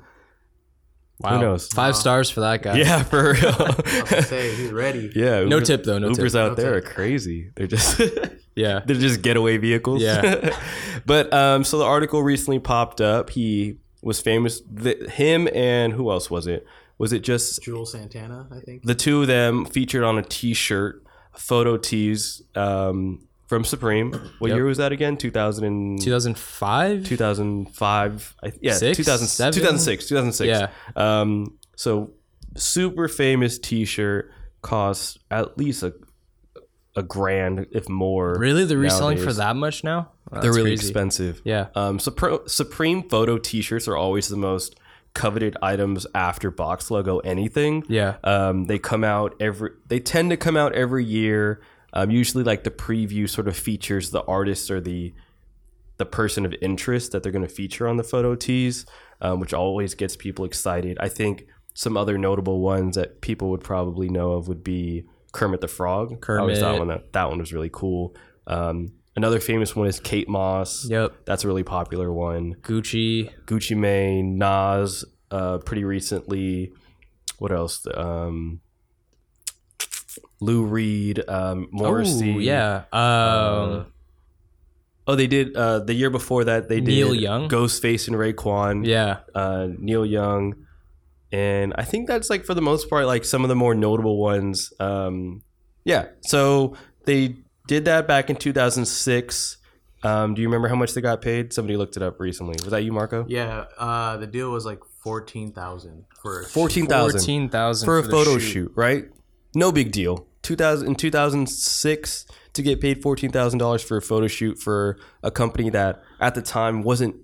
C: Wow.
B: knows?
C: Five
D: Wow.
C: stars for that guy.
B: Yeah, for
D: I was gonna
B: real.
D: say he's ready.
B: yeah.
C: No
B: Uber's-
C: tip though. No
B: Ubers
C: tip.
B: out
D: No
B: there
D: tip.
B: are crazy. They're just
C: Yeah.
B: they're just getaway vehicles.
C: Yeah.
B: but um, so the article recently popped up. He was famous. The, him and who else was it? Was it just
D: Jewel Santana, I think.
B: the two of them featured on a T-shirt, photo tees um, from Supreme. What
C: Yep.
B: year was that again? 2000 and,
C: 2005.
B: 2005. I, th- yeah,
C: Six?
B: 2000,
C: Seven?
B: 2006. 2006.
C: Yeah.
B: Um, so super famous T-shirt costs at least a a grand, if more.
C: Really? They're reselling
B: nowadays.
C: for that much now?
B: They're
C: Wow, that's
B: really
C: crazy.
B: expensive.
C: Yeah.
B: Um, Supre- Supreme photo T-shirts are always the most coveted items after box logo anything.
C: Yeah.
B: Um, they come out every. They tend to come out every year. Um, usually, like the preview sort of features the artist or the the person of interest that they're going to feature on the photo tees, um, which always gets people excited. I think some other notable ones that people would probably know of would be Kermit the Frog. I always thought
C: Kermit.
B: one that one was really cool. Um, another famous one is Kate Moss.
C: Yep.
B: That's a really popular one.
C: Gucci.
B: Gucci Mane, Nas, uh, pretty recently. What else? Um, Lou Reed, um, Morrissey.
C: Oh, yeah. Um,
B: Oh, they did uh, the year before that. They did
C: Neil Young?
B: Ghostface, and Raekwon.
C: yeah.
B: Uh, Neil Young, and I think that's like for the most part like some of the more notable ones. Um, yeah. So they did that back in 2006. Um, do you remember how much they got paid? Somebody looked it up recently. Was that you, Marco?
D: Yeah, uh, the deal was like fourteen thousand for a shoe.
B: Fourteen thousand
C: 14,000
B: for a
C: the
B: photo shoot. right? No big deal. Two thousand in two thousand six to get paid fourteen thousand dollars for a photo shoot for a company that at the time wasn't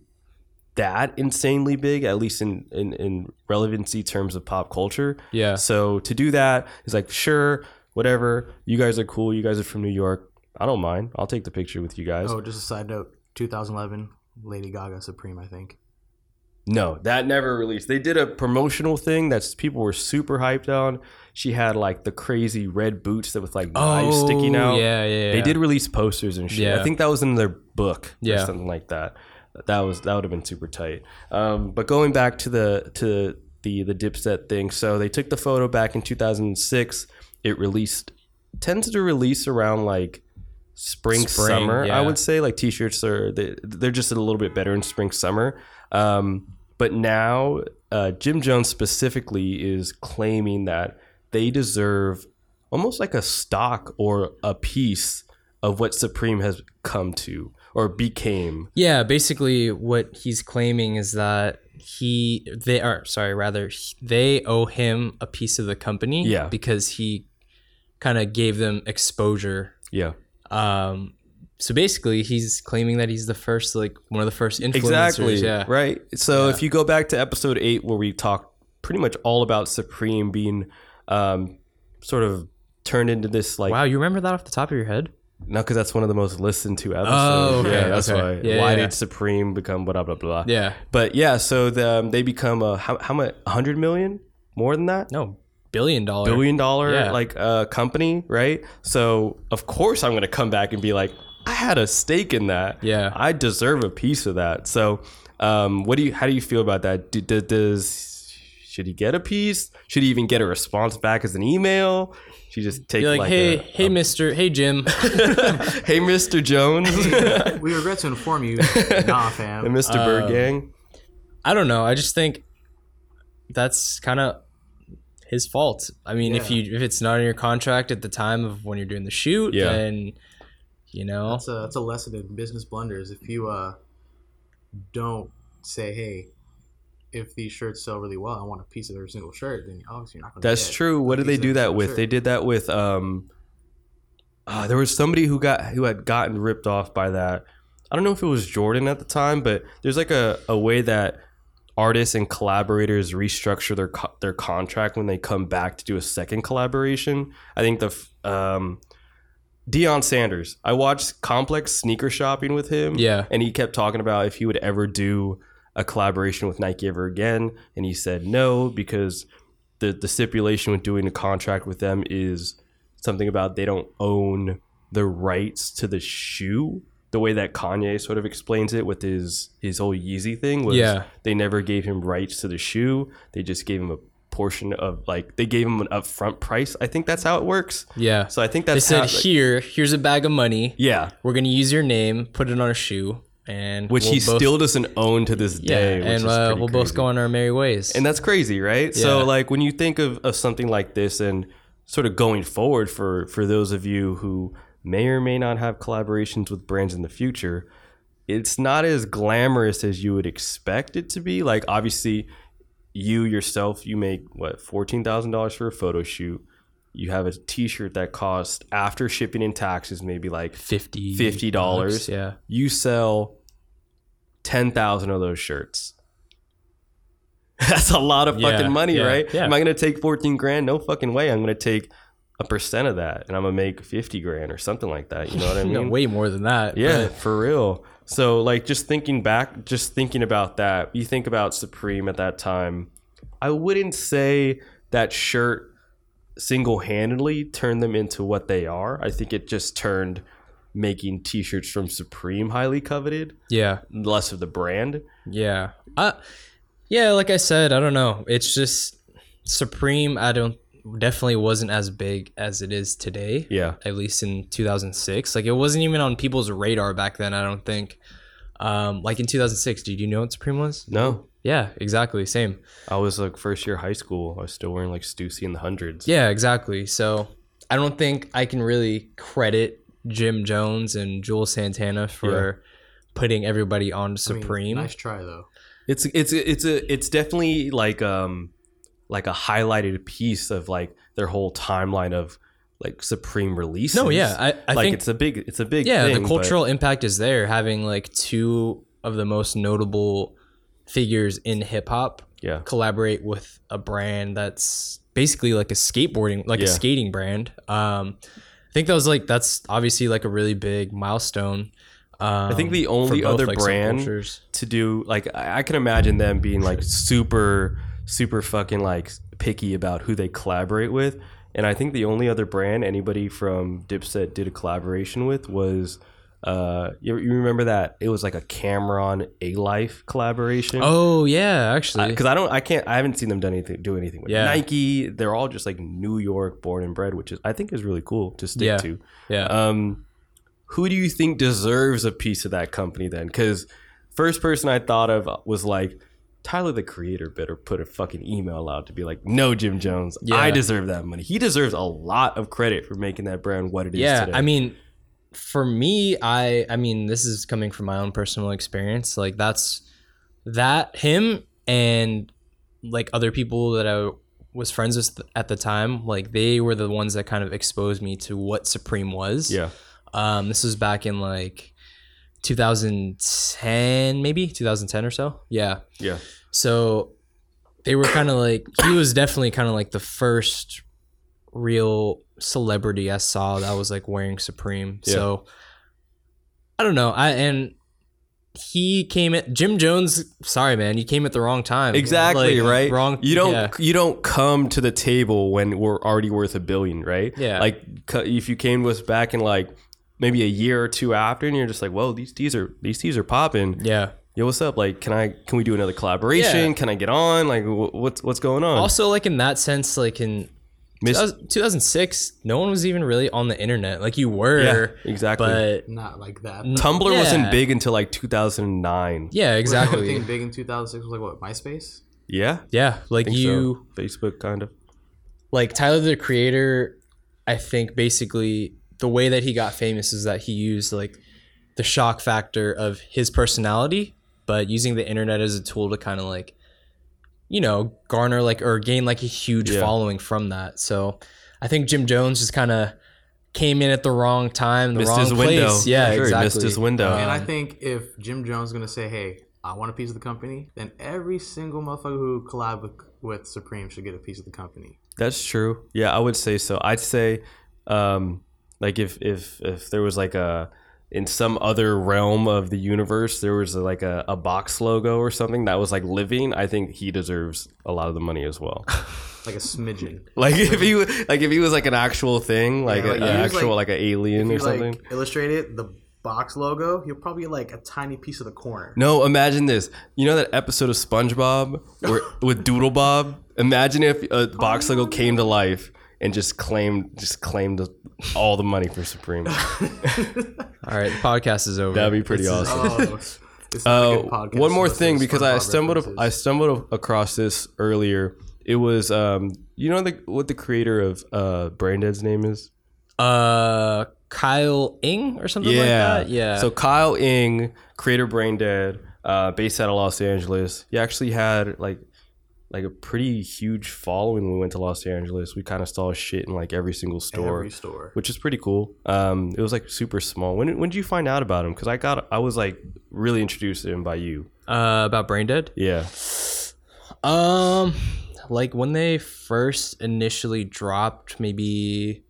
B: that insanely big, at least in in, in relevancy terms of pop culture.
C: Yeah.
B: So to do that is like sure, whatever. You guys are cool. You guys are from New York. I don't mind. I'll take the picture with you guys.
D: Oh, just a side note. 2011, Lady Gaga Supreme, I think.
B: No, that never released. They did a promotional thing that people were super hyped on. She had like the crazy red boots that with like knives
C: Oh,
B: sticking out.
C: Yeah, yeah, yeah.
B: They did release posters and shit.
C: Yeah.
B: I think that was in their book
C: Yeah.
B: or something like that. That was that would have been super tight. Um, but going back to the to the the dipset thing, so they took the photo back in 2006. It released tends to release around like spring,
C: Spring,
B: summer.
C: yeah.
B: I would say like t-shirts are they, they're just a little bit better in spring summer. Um, but now uh, Jim Jones specifically is claiming that they deserve almost like a stock or a piece of what Supreme has come to or became.
C: Yeah, basically what he's claiming is that he they are sorry, rather they owe him a piece of the company
B: Yeah.
C: because he kind of gave them exposure.
B: Yeah,
C: Um so basically he's claiming that he's the first like one of the first influencers,
B: exactly.
C: yeah.
B: Right. So
C: Yeah.
B: if you go back to episode eight, where we talked pretty much all about Supreme being um, sort of turned into this like
C: Wow, you remember that off the top of your head?
B: No, because that's one of the most listened to episodes.
C: Oh, okay,
B: yeah, that's
C: okay.
B: why.
C: Yeah,
B: why
C: yeah, yeah.
B: did Supreme become blah blah blah?
C: Yeah.
B: But yeah, so the, um, they become a how, how much? Hundred million? More than that?
C: No, billion dollar.
B: Billion dollar
C: Yeah.
B: like uh, company, right? So of course I'm gonna come back and be like, I had a stake in that.
C: Yeah.
B: I deserve a piece of that. So, um, what do you? How do you feel about that? Do, do, does should he get a piece? Should he even get a response back as an email? Should he just take
C: You're like,
B: like,
C: hey,
B: a-
C: hey, Mister, hey, Jim.
B: hey, Mr. Jones.
D: We regret to inform you, nah,
B: The
D: fam.
B: Mr. Bird Gang.
C: I don't know. I just think that's kind of his fault. I mean, if
D: Yeah.
C: you if it's not in your contract at the time of when you're doing the shoot,
B: Yeah.
C: then you know,
D: That's a that's a lesson in business blunders. If you uh don't say, hey, if these shirts sell really well, I want a piece of every single shirt, then obviously you're not gonna.
B: That's
D: get
B: true. What did they
D: he's
B: do
D: a-
B: that with?
D: sure.
B: They did that with um uh, there was somebody who got who had gotten ripped off by that. I don't know if it was Jordan at the time, but there's like a, a way that artists and collaborators restructure their co- their contract when they come back to do a second collaboration. I think the f- um Deion Sanders. I watched Complex sneaker shopping with him.
C: Yeah.
B: And he kept talking about if he would ever do a collaboration with Nike ever again. And he said no because the, the stipulation with doing a contract with them is something about they don't own the rights to the shoe. The way that Kanye sort of explains it with his his whole Yeezy thing was
C: Yeah.
B: they never gave him rights to the shoe. They just gave him a portion of like they gave him an upfront price. I think that's how it works.
C: yeah.
B: So I think
C: They
B: that's
C: said,
B: how,
C: here, here's a bag of money.
B: yeah,
C: We're gonna use your name, put it on a shoe, and
B: which
C: we'll
B: he
C: both-
B: still doesn't own to this
C: yeah,
B: day. which
C: and
B: is
C: uh,
B: pretty
C: we'll
B: crazy.
C: both go on our merry ways.
B: And that's crazy, right? So
C: Yeah.
B: like when you think of, of something like this and sort of going forward for for those of you who may or may not have collaborations with brands in the future, it's not as glamorous as you would expect it to be. Like obviously you yourself you make what $14,000 for a photo shoot. You have a t-shirt that costs after shipping and taxes maybe like
C: fifty
B: $50.
C: bucks, Yeah.
B: you sell 10,000 of those shirts. That's a lot of fucking
C: Yeah,
B: money,
C: yeah,
B: right?
C: yeah.
B: Am I going to take 14 grand? No fucking way. I'm going to take a percent of that and I'm going to make 50 grand or something like that. You know what I mean?
C: No, way more than that.
B: Yeah, for real. So like just thinking back, just thinking about that, you think about Supreme at that time. I wouldn't say that shirt single-handedly turned them into what they are. I think it just turned making t-shirts from Supreme highly coveted,
C: Yeah.
B: less of the brand.
C: Yeah. Uh yeah, like I said, I don't know. It's just Supreme I don't definitely wasn't as big as it is today.
B: Yeah.
C: At least in 2006. Like it wasn't even on people's radar back then, I don't think. Um like in 2006, did you know what Supreme was?
B: No.
C: Yeah, exactly, same.
B: I was like first year high school. I was still wearing like Stussy in the hundreds.
C: Yeah, exactly. So, I don't think I can really credit Jim Jones and Jewel Santana for putting everybody on
D: I mean,
C: Supreme.
D: nice try though.
B: It's it's it's a it's definitely like um like a highlighted piece of like their whole timeline of like Supreme releases.
C: no, yeah, I, I
B: like
C: think
B: it's a big it's a big
C: yeah
B: thing,
C: the
B: but-
C: cultural impact is there having like two of the most notable figures in hip-hop
B: yeah
C: collaborate with a brand that's basically like a skateboarding like a
B: Yeah.
C: skating brand um i think that was like that's obviously like a really big milestone um,
B: think the
C: for
B: only
C: both,
B: other
C: like,
B: brand-
C: subcultures.
B: to do like I I can imagine them being like super super fucking like picky about who they collaborate with and I think the only other brand anybody from Dipset did a collaboration with was Uh, you, you remember that it was like a Cameron A Life collaboration.
C: Oh yeah, actually.
B: because I, don't, I can't, I haven't seen them done anything, do anything with
C: Yeah.
B: Nike. They're all just like New York born and bred, which is I think is really cool to stick
C: Yeah.
B: to.
C: yeah.
B: Um, who do you think deserves a piece of that company then? Because first person I thought of was like Tyler the Creator. Better put a fucking email out to be like, no, Jim Jones, I
C: Yeah.
B: deserve that money. He deserves a lot of credit for making that brand what it is.
C: yeah
B: today.
C: i mean for me i i mean this is coming from my own personal experience like that's that him and like other people that i was friends with at the time like they were the ones that kind of exposed me to what supreme was
B: yeah,
C: um this was back in like 2010 maybe 2010 or so yeah
B: yeah,
C: so they were kind of like he was definitely kind of like the first real celebrity I saw that was like wearing Supreme.
B: Yeah.
C: So I don't know. I and he came at Jim Jones. Sorry, man, you came at the wrong time.
B: exactly.
C: Like,
B: right.
C: Wrong.
B: You don't.
C: Yeah.
B: You don't come to the table when we're already worth a billion, right?
C: Yeah.
B: Like cu- if you came with us back in like maybe a year or two after, and you're just like, "Whoa, these teas are these teas are popping."
C: yeah.
B: yo, what's up? Like, can I can we do another collaboration?
C: Yeah.
B: Can I get on? Like, wh- what's what's going on?
C: Also, like in that sense, like in
B: Miss-
C: 2000- 2006, no one was even really on the internet. Like you
B: yeah,
C: were,
B: exactly.
C: but
D: Not like that.
B: Tumblr wasn't
C: yeah.
B: big until like 2009.
C: yeah,
D: The only
C: exactly.
D: thing big in 2006 was like what MySpace.
B: Yeah,
C: Yeah, like
B: I think
C: you.
B: so. Facebook kind of.
C: like Tyler the Creator, I think basically the way that he got famous is that he used like the shock factor of his personality, but using the internet as a tool to kind of like, you know, garner like or gain like a huge
B: Yeah.
C: following from that. So I think Jim Jones just kind of came in at the wrong time, the
B: Missed
C: wrong
B: his
C: place.
B: window.
C: Yeah,
B: Sure, he
C: exactly. Um,
B: missed his window.
D: and I think if Jim Jones is gonna say, "Hey, I want a piece of the company," then every single motherfucker who collab with, with Supreme should get a piece of the company.
B: That's true. Yeah, I would say so. I'd say, um, like if if if there was like a in some other realm of the universe, there was like a, a box logo or something that was like living. I think he deserves a lot of the money as well.
D: Like a smidgen.
B: Like if he like if he was like an actual thing, like
D: Yeah,
B: an
D: like, if he was,
B: actual like,
D: like-
B: an alien or
D: you
B: something.
D: like illustrate it, the box logo, you'll probably get, like a tiny piece of the corner.
B: no, imagine this. You know that episode of SpongeBob where with Doodle Bob. Imagine if a box
D: Oh.
B: logo came to life and just claimed just claimed all the money for Supreme.
C: All right, the podcast is over.
B: That'd be pretty
C: This is-
B: awesome.
D: Oh, this is a
B: Uh,
D: good podcast
B: one more
D: about
B: thing
D: those
B: because I
D: SpongeBob
B: stumbled
D: references.
B: I stumbled across this earlier. It was um you know the, what the creator of uh Braindead's name is?
C: Uh, Kyle Ing or something like that. Yeah.
B: So Kyle Ing, creator Brain Dead, uh, based out of Los Angeles. He actually had like like a pretty huge following when we went to Los Angeles. We kind of saw his shit in like every single store,
D: Every store.
B: which is pretty cool. Um, it was like super small. When when did you find out about him? Because I got I was like really introduced to him by you.
C: uh, about brain dead.
B: Yeah.
C: Um, like when they first initially dropped, maybe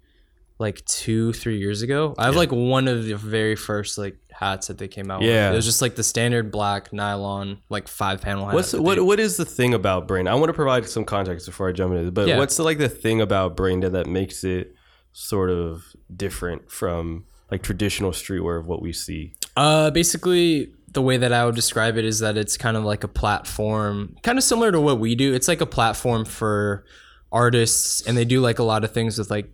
C: like two, three years ago. I have like one of the very first like hats that they came out.
B: Yeah.
C: with. it was just like the standard black nylon, like five panel hat.
B: What's
C: that
B: what
C: they-
B: what is the thing about Brain? I want to provide some context before I jump into this, but
C: Yeah.
B: what's the, like the thing about Brain Dead that makes it sort of different from like traditional streetwear of what we see?
C: Uh, basically, the way that I would describe it is that it's kind of like a platform, kind of similar to what we do. It's like a platform for artists, and they do like a lot of things with like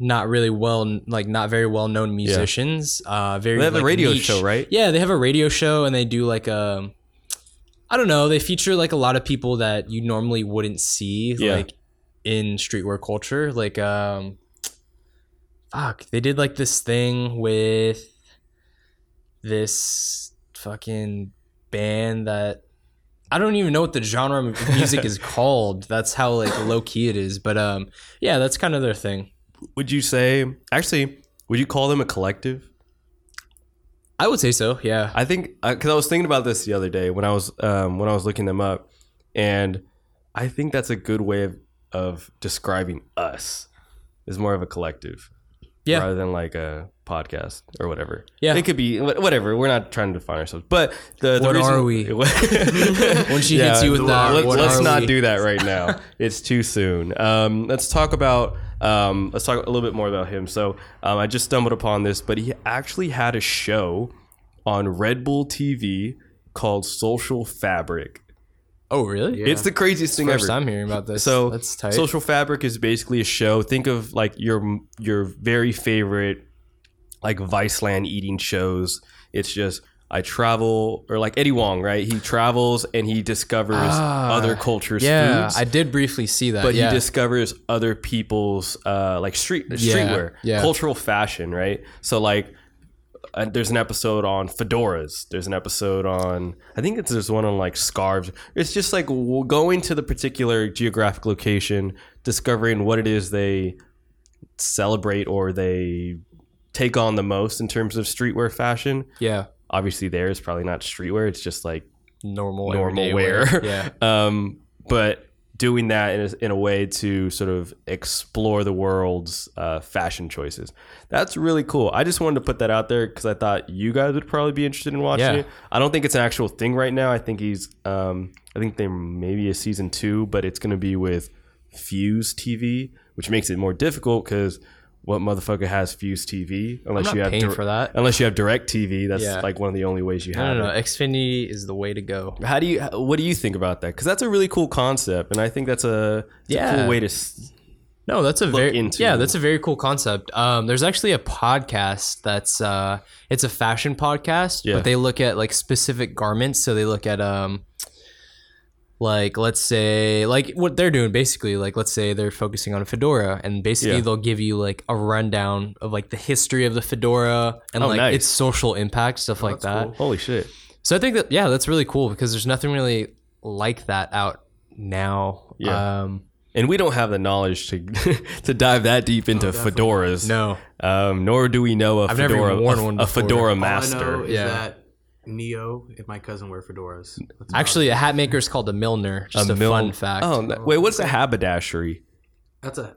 C: not really well, like not very well known musicians. Uh, very
B: They have a
C: like,
B: radio
C: niche.
B: show, right?
C: Yeah, they have a radio show, and they do like a. I don't know. They feature like a lot of people that you normally wouldn't see,
B: Yeah.
C: like in streetwear culture. Like, um, fuck, they did like this thing with this fucking band that I don't even know what the genre of music is called. That's how like low key it is. But um, yeah, that's kind of their thing.
B: Would you say actually? Would you call them a collective?
C: I would say so. Yeah.
B: I think because I was thinking about this the other day when I was um, when I was looking them up, and I think that's a good way of, of describing us is more of a collective,
C: Yeah.
B: rather than like a podcast or whatever.
C: Yeah.
B: it could be wha- whatever. We're not trying to define ourselves, but the, the
C: What
B: reason-
C: are we? When she
B: Yeah,
C: hits you with
D: the-
C: that,
B: let's,
C: what
B: let's
C: are
B: not
C: we?
B: do that right now. it's too soon. Um, let's talk about Um, let's talk a little bit more about him. So um, I just stumbled upon this, but he actually had a show on Red Bull TV called Social Fabric.
C: Oh, really?
D: Yeah.
B: It's the craziest thing
C: First
B: ever.
C: time hearing about this.
B: So
C: that's tight.
B: Social Fabric is basically a show. Think of like your your very favorite like Viceland eating shows. It's just I travel or like Eddie Wong, right? He travels and he discovers
C: Ah,
B: other cultures'
C: yeah,
B: foods.
C: I did briefly see that.
B: but
C: yeah.
B: he discovers other people's uh, like street
C: Yeah,
B: streetwear,
C: yeah.
B: cultural fashion, right? So like, uh, there's an episode on fedoras. There's an episode on I think it's there's one on like scarves. It's just like w- going to the particular geographic location, discovering what it is they celebrate or they take on the most in terms of streetwear fashion.
C: yeah,
B: Obviously, there is probably not streetwear. It's just like
C: normal
B: Normal
C: everyday
B: wear.
C: Yeah,
B: um, but doing that in a, in a way to sort of explore the world's uh, fashion choices. That's really cool. I just wanted to put that out there because I thought you guys would probably be interested in watching
C: Yeah.
B: it. I don't think it's an actual thing right now. I think he's, um, I think there may be a season two, but it's going to be with Fuse TV, which makes it more difficult because what motherfucker has Fuse TV
C: I'm
B: unless
C: not
B: you have
C: paying
B: dir-
C: for that.
B: unless you have Direct TV. That's
C: Yeah.
B: like one of the only ways you have.
C: No,
B: it.
C: no, no. Xfinity is the way to go.
B: How do you? What do you think about that? Because that's a really cool concept, and I think that's a, it's a
C: Yeah.
B: cool way to. s-
C: No, that's a very
B: into-
C: yeah, that's a very cool concept. Um, there's actually a podcast that's uh, it's a fashion podcast,
B: Yeah.
C: but they look at like specific garments. So they look at um, like let's say like what they're doing basically. Like let's say they're focusing on a fedora, and basically
B: Yeah.
C: they'll give you like a rundown of like the history of the fedora and
B: Oh,
C: like
B: nice.
C: its social impact stuff like
D: that's
C: that.
D: cool.
B: Holy shit!
C: So I think that yeah, that's really cool because there's nothing really like that out now.
B: Yeah.
C: Um,
B: And we don't have the knowledge to to dive that deep into fedoras.
C: Oh, no.
B: Um, nor do we know a
C: I've never
B: fedora
C: even worn
B: a,
C: one
B: a
C: before.
B: fedora
D: All I know
B: master.
D: is
C: Yeah.
D: that Neo and my cousin wear fedoras. That's about
C: Actually, a hat maker is called a milliner. Just a,
B: mil-
C: fun fact.
B: Oh, no- wait, what's a haberdashery?
D: That's a.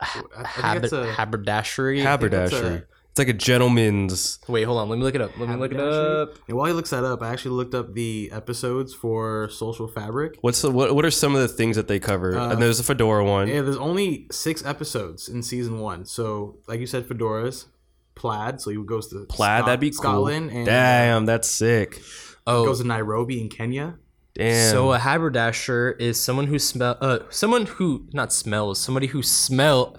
D: I think
C: Haberd-
D: that's a
C: haberdashery.
B: Haberdashery. It's like a gentleman's.
C: Wait, hold on. Let me look it up. Let me look it up.
D: haberdashery. And while he looks that up, I actually looked up the episodes for Social Fabric.
B: What's the, what? What are some of the things that they cover?
D: Uh,
B: and there's a fedora one.
D: Yeah, there's only six episodes in season one. So, like you said, fedoras, plaid. So he goes to
B: plaid.
D: Scot-
B: that'd be cool.
D: Scotland
C: uh,
D: and uh,
B: Damn, that's sick.
C: Oh,
D: goes to Nairobi in Kenya.
B: Damn.
C: so a haberdasher is someone who smell. Uh, someone who not smells. Somebody who smell.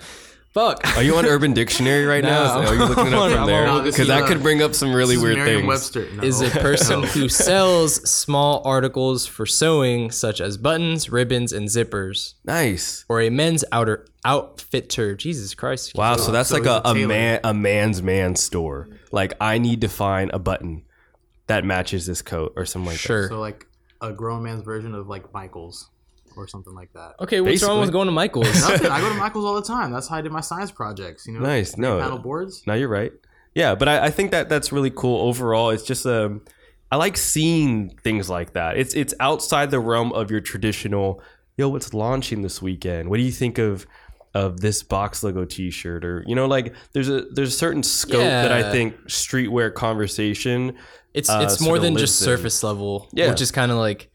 C: Fuck.
B: are you on Urban Dictionary right now?
C: No.
B: Are you looking it up
C: I'm
B: from
C: on-
B: there?
D: no, this
B: Because
D: is,
B: that
D: uh,
B: could bring up some really
D: This is
B: weird things.
D: Merriam-Webster. No.
C: Is a person
D: No.
C: who sells small articles for sewing, such as buttons, ribbons, and zippers,
B: Nice.
C: or a men's outer outfitter. Jesus Christ!
B: Wow, so that's
D: So
B: like
D: he's
B: a,
D: a
B: a
D: tailor.
B: man a man's man store. Like I need to find a button that matches this coat or something like
C: Sure.
D: So like a grown man's version of like Michaels or something like that.
C: Okay, what's
B: Basically.
C: wrong with going to Michael's?
D: Nothing. I go to Michaels all the time. That's how I did my science projects. You know,
B: that. Nice.
D: panel
B: No.
D: boards.
B: No, you're right. Yeah, but I, I think that that's really cool overall. It's just um I like seeing things like that. It's it's outside the realm of your traditional, yo, what's launching this weekend? What do you think of of this box logo t-shirt or you know like there's a there's a certain scope that I
C: Yeah.
B: think streetwear conversation
C: It's
B: uh,
C: it's more
B: sorta
C: than just
B: lives in.
C: surface level,
B: Yeah.
C: which is kind of like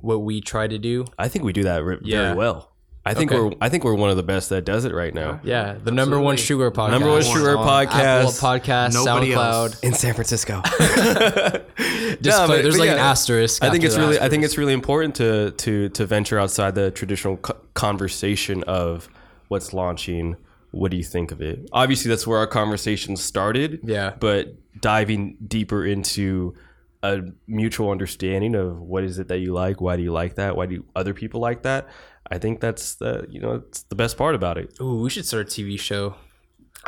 C: what we try to do.
B: I think we do that ri-
C: Yeah.
B: very well. I think
C: Okay.
B: we're I think we're one of the best that does it right now
C: Yeah, the number one
D: Absolutely.
C: sugar podcast,
B: Number one streetwear
C: on Apple
B: podcast.
C: podcast,
D: Nobody
C: SoundCloud.
D: else.
B: in San Francisco.
C: Just put- there's like an asterisk.
B: I think
C: after
B: it's
C: the
B: really I
C: asterisk.
B: think it's really important to to to venture outside the traditional co- conversation of what's launching. What do you think of it? Obviously, that's where our conversation started.
C: Yeah.
B: but diving deeper into a mutual understanding of what is it that you like, why do you like that, why do other people like that? I think that's the you know it's the best part about it.
C: Ooh, we should start a TV show.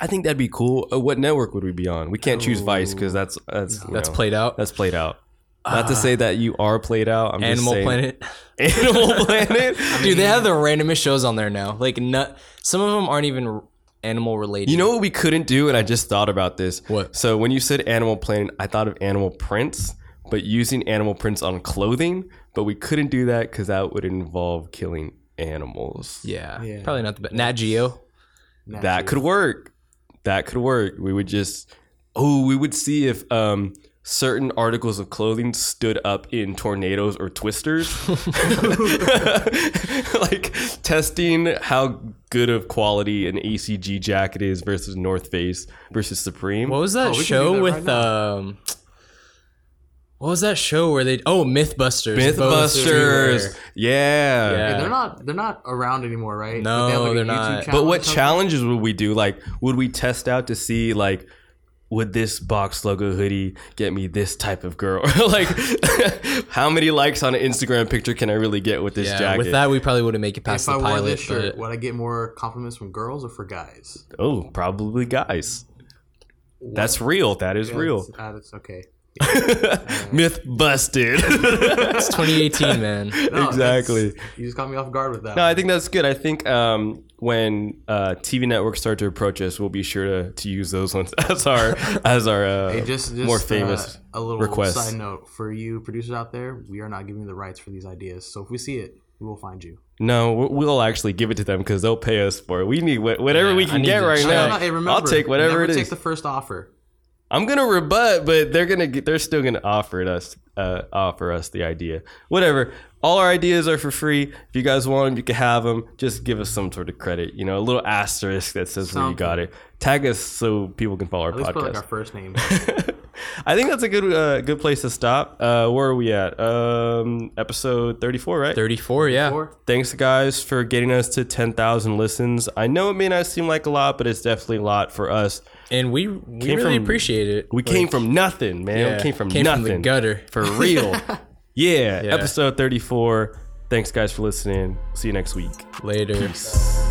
B: I think that'd be cool. Uh, what network would we be on? We can't choose Vice because that's that's you
C: That's
B: know,
C: played out.
B: that's played out. Not to say that you are played out. I'm just
C: Uh, Animal
B: saying-
C: Planet.
B: Animal Planet.
C: Dude, they have the randomest shows on there now. Like, not, some of them aren't even r- animal related.
B: You know what we couldn't do, and I just thought about this.
C: What?
B: So when you said Animal Planet, I thought of animal prints, but using animal prints on clothing. But we couldn't do that because that would involve killing animals.
C: yeah,
D: Yeah.
C: probably not the best. Nat Geo.
D: Nat
B: That
D: Geo.
B: could work. That could work. We would just oh, we would see if um certain articles of clothing stood up in tornadoes or twisters like testing how good of quality an acg jacket is versus north face versus supreme
C: What was that
D: we can do
C: show
D: that right
C: with
D: now.
C: um? What was that show where they? Oh, MythBusters. Both
B: mythbusters
C: were-
B: yeah,
C: Yeah.
D: They're not. They're not around anymore, right?
C: No,
D: But
C: they're
D: a YouTube
C: not.
B: but what
D: or something?
B: challenges would we do like would we test out to see like would this box logo hoodie get me this type of girl like how many likes on an instagram picture can i really get with this
C: yeah,
B: jacket
C: with that we probably would have make it past
D: If I
C: the
D: wore
C: pilot.
D: this shirt,
C: but
D: would I get more compliments from girls or for guys?
B: oh probably guys that's real that is
D: Yeah,
B: real
D: that's- ah, that's okay.
B: myth busted
C: it's 2018, man.
D: No, that's-
B: exactly
D: You just caught me off guard with that.
B: No,
D: one.
B: I think that's good. I think um, when uh, TV networks start to approach us, we'll be sure to, to use those ones as our as our uh,
D: Hey, just, just
B: more famous
D: uh, a little
B: request.
D: side note for you producers out there. We are not giving you the rights for these ideas, so if we see it, we will find you.
B: No, we- we'll actually give it to them because they'll pay us for it. We need wha- whatever
C: Yeah,
B: we
C: I
B: can
C: need
B: get
C: to
B: right
C: check.
B: now.
D: No, no, hey, remember,
B: I'll take whatever
D: never
B: it
D: take
B: is.
D: the first offer.
B: I'm gonna rebut, but they're gonna get, they're still gonna offer it us uh, offer us the idea. Whatever. All our ideas are for free. If you guys want them, you can have them. Just give us some sort of credit. You know, a little asterisk that says where you got it. Tag us so people can follow our
D: At least put
B: podcast.
D: like our first name.
B: I think that's a good uh, good place to stop. Uh, where are we at? Um, episode 34, right?
C: 34, yeah.
D: Or
B: Thanks, guys, for getting us to 10,000 listens. I know it may not seem like a lot, but it's definitely a lot for us.
C: And we, we
B: Came
C: really
B: from-
C: appreciate it.
B: We
C: Like,
B: came from nothing, man.
C: yeah,
B: we came from
C: came
B: nothing.
C: from the gutter.
B: For real. yeah. Episode 34. Thanks, guys, for listening. See you next week.
C: Later.
B: Peace.